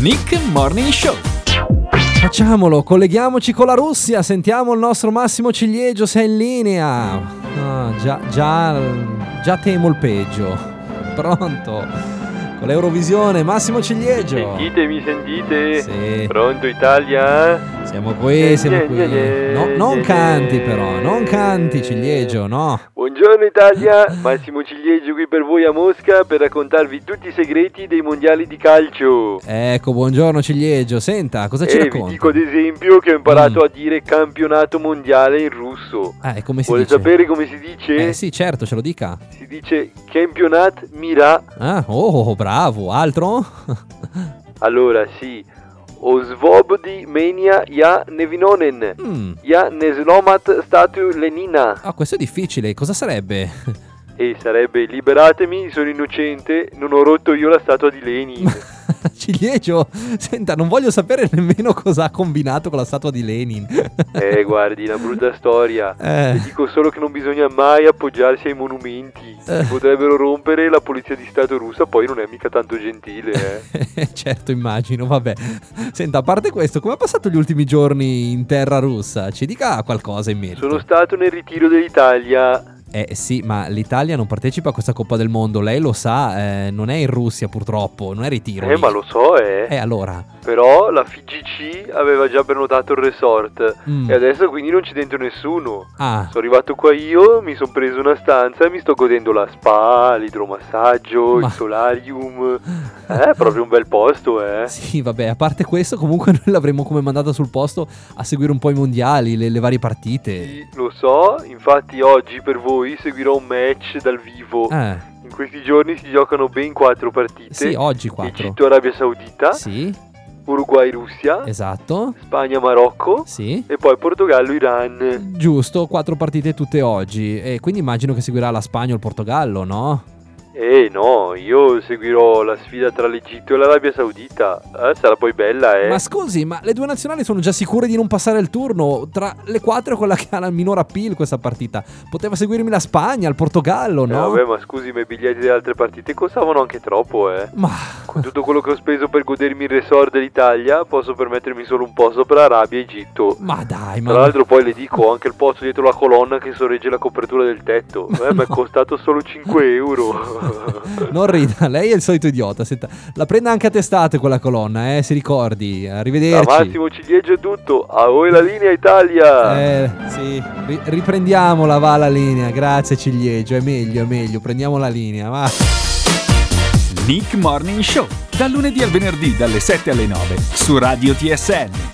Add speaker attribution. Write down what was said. Speaker 1: Nick Morning Show.
Speaker 2: Facciamolo, colleghiamoci con la Russia, sentiamo il nostro Massimo Ciliegio se è in linea. Ah, già, già, già temo il peggio. Pronto? Con l'Eurovisione, Massimo Ciliegio.
Speaker 3: Sentite, mi sentite?
Speaker 2: Sì.
Speaker 3: Pronto Italia?
Speaker 2: Siamo qui, siamo qui. No, non canti però, non canti Ciliegio, no.
Speaker 3: Buongiorno Italia, Massimo Ciliegio qui per voi a Mosca per raccontarvi tutti i segreti dei mondiali di calcio.
Speaker 2: Ecco, buongiorno Ciliegio. Senta, cosa ci
Speaker 3: e Eh, vi
Speaker 2: racconti? Mm.
Speaker 3: dico ad esempio che ho imparato a dire campionato mondiale in russo.
Speaker 2: Ah, e come si
Speaker 3: Vuole
Speaker 2: dice?
Speaker 3: sapere come si dice?
Speaker 2: Eh sì, certo, ce lo dica.
Speaker 3: Si dice campionat mira.
Speaker 2: Ah, oh, bravo, altro?
Speaker 3: Allora, sì. Osvobodi menia ja nevinonen.
Speaker 2: Mm.
Speaker 3: Ja neslomat statu Lenina.
Speaker 2: Ah, questo è difficile, cosa sarebbe?
Speaker 3: E sarebbe liberatemi, sono innocente, non ho rotto io la statua di Lenin.
Speaker 2: Ciliegio, senta, non voglio sapere nemmeno cosa ha combinato con la statua di Lenin.
Speaker 3: eh, guardi, una brutta storia.
Speaker 2: Eh,
Speaker 3: Dico solo che non bisogna mai appoggiarsi ai monumenti.
Speaker 2: Eh.
Speaker 3: Si potrebbero rompere la polizia di Stato russa, poi non è mica tanto gentile, eh.
Speaker 2: certo, immagino, vabbè. Senta, a parte questo, come ha passato gli ultimi giorni in terra russa? Ci dica qualcosa in merito.
Speaker 3: Sono stato nel ritiro dell'Italia.
Speaker 2: Eh sì, ma l'Italia non partecipa a questa Coppa del Mondo, lei lo sa, eh, non è in Russia purtroppo, non è ritiro.
Speaker 3: Eh,
Speaker 2: lì.
Speaker 3: ma lo so, eh.
Speaker 2: Eh allora.
Speaker 3: Però la FIGC aveva già prenotato il resort.
Speaker 2: mm,
Speaker 3: E Eh, adesso quindi non ci dentro nessuno.
Speaker 2: Ah,
Speaker 3: Sono arrivato qua io, mi sono preso una stanza e mi sto godendo la spa, l'idromassaggio,
Speaker 2: Ma-
Speaker 3: il solarium. Eh, proprio un bel posto, eh.
Speaker 2: sì, vabbè, a parte questo comunque noi l'avremmo come mandata sul posto a seguire un po' i mondiali, le, le varie partite.
Speaker 3: Sì, Lo so, infatti oggi per voi seguirò un match dal vivo.
Speaker 2: Eh,
Speaker 3: In questi giorni si giocano ben quattro partite.
Speaker 2: sì, oggi 4.
Speaker 3: Egitto-Arabia Saudita,
Speaker 2: Sì,
Speaker 3: Uruguay-Russia,
Speaker 2: esatto.
Speaker 3: Spagna-Marocco
Speaker 2: Sì. Mm.
Speaker 3: e poi Portogallo-Iran.
Speaker 2: Giusto, quattro partite tutte oggi e quindi immagino che seguirà la Spagna o il Portogallo, no?
Speaker 3: Eh no, io seguirò la sfida tra l'Egitto e l'Arabia Saudita. Eh, sarà poi bella, eh.
Speaker 2: Ma scusi, ma le due nazionali sono già sicure di non passare il turno? Tra le quattro è quella che ha la minor appeal questa partita. Poteva seguirmi la Spagna, il Portogallo,
Speaker 3: Eh,
Speaker 2: no?
Speaker 3: vabbè, ma scusi, ma i biglietti delle altre partite costavano anche troppo, eh.
Speaker 2: Ma
Speaker 3: Con tutto quello che ho speso per godermi il resort dell'Italia, posso permettermi solo un posto per Arabia e Egitto.
Speaker 2: ma dai, ma
Speaker 3: Tra l'altro poi le dico ho anche il posto dietro la colonna che sorregge la copertura del tetto. Eh, ma è
Speaker 2: No.
Speaker 3: costato solo 5 euro.
Speaker 2: non rida, lei è il solito idiota. Senta, la prenda anche a testate quella colonna, eh, si ricordi.
Speaker 3: Da
Speaker 2: Arrivederci.
Speaker 3: Massimo Ciliegio è tutto. A voi la linea Italia.
Speaker 2: Eh, sì, ri- riprendiamola, va la linea. Grazie Ciliegio, è meglio, è meglio. Prendiamo la linea, va.
Speaker 1: Nick Morning Show. Dal lunedì al venerdì dalle 7 alle 9 su Radio TSN.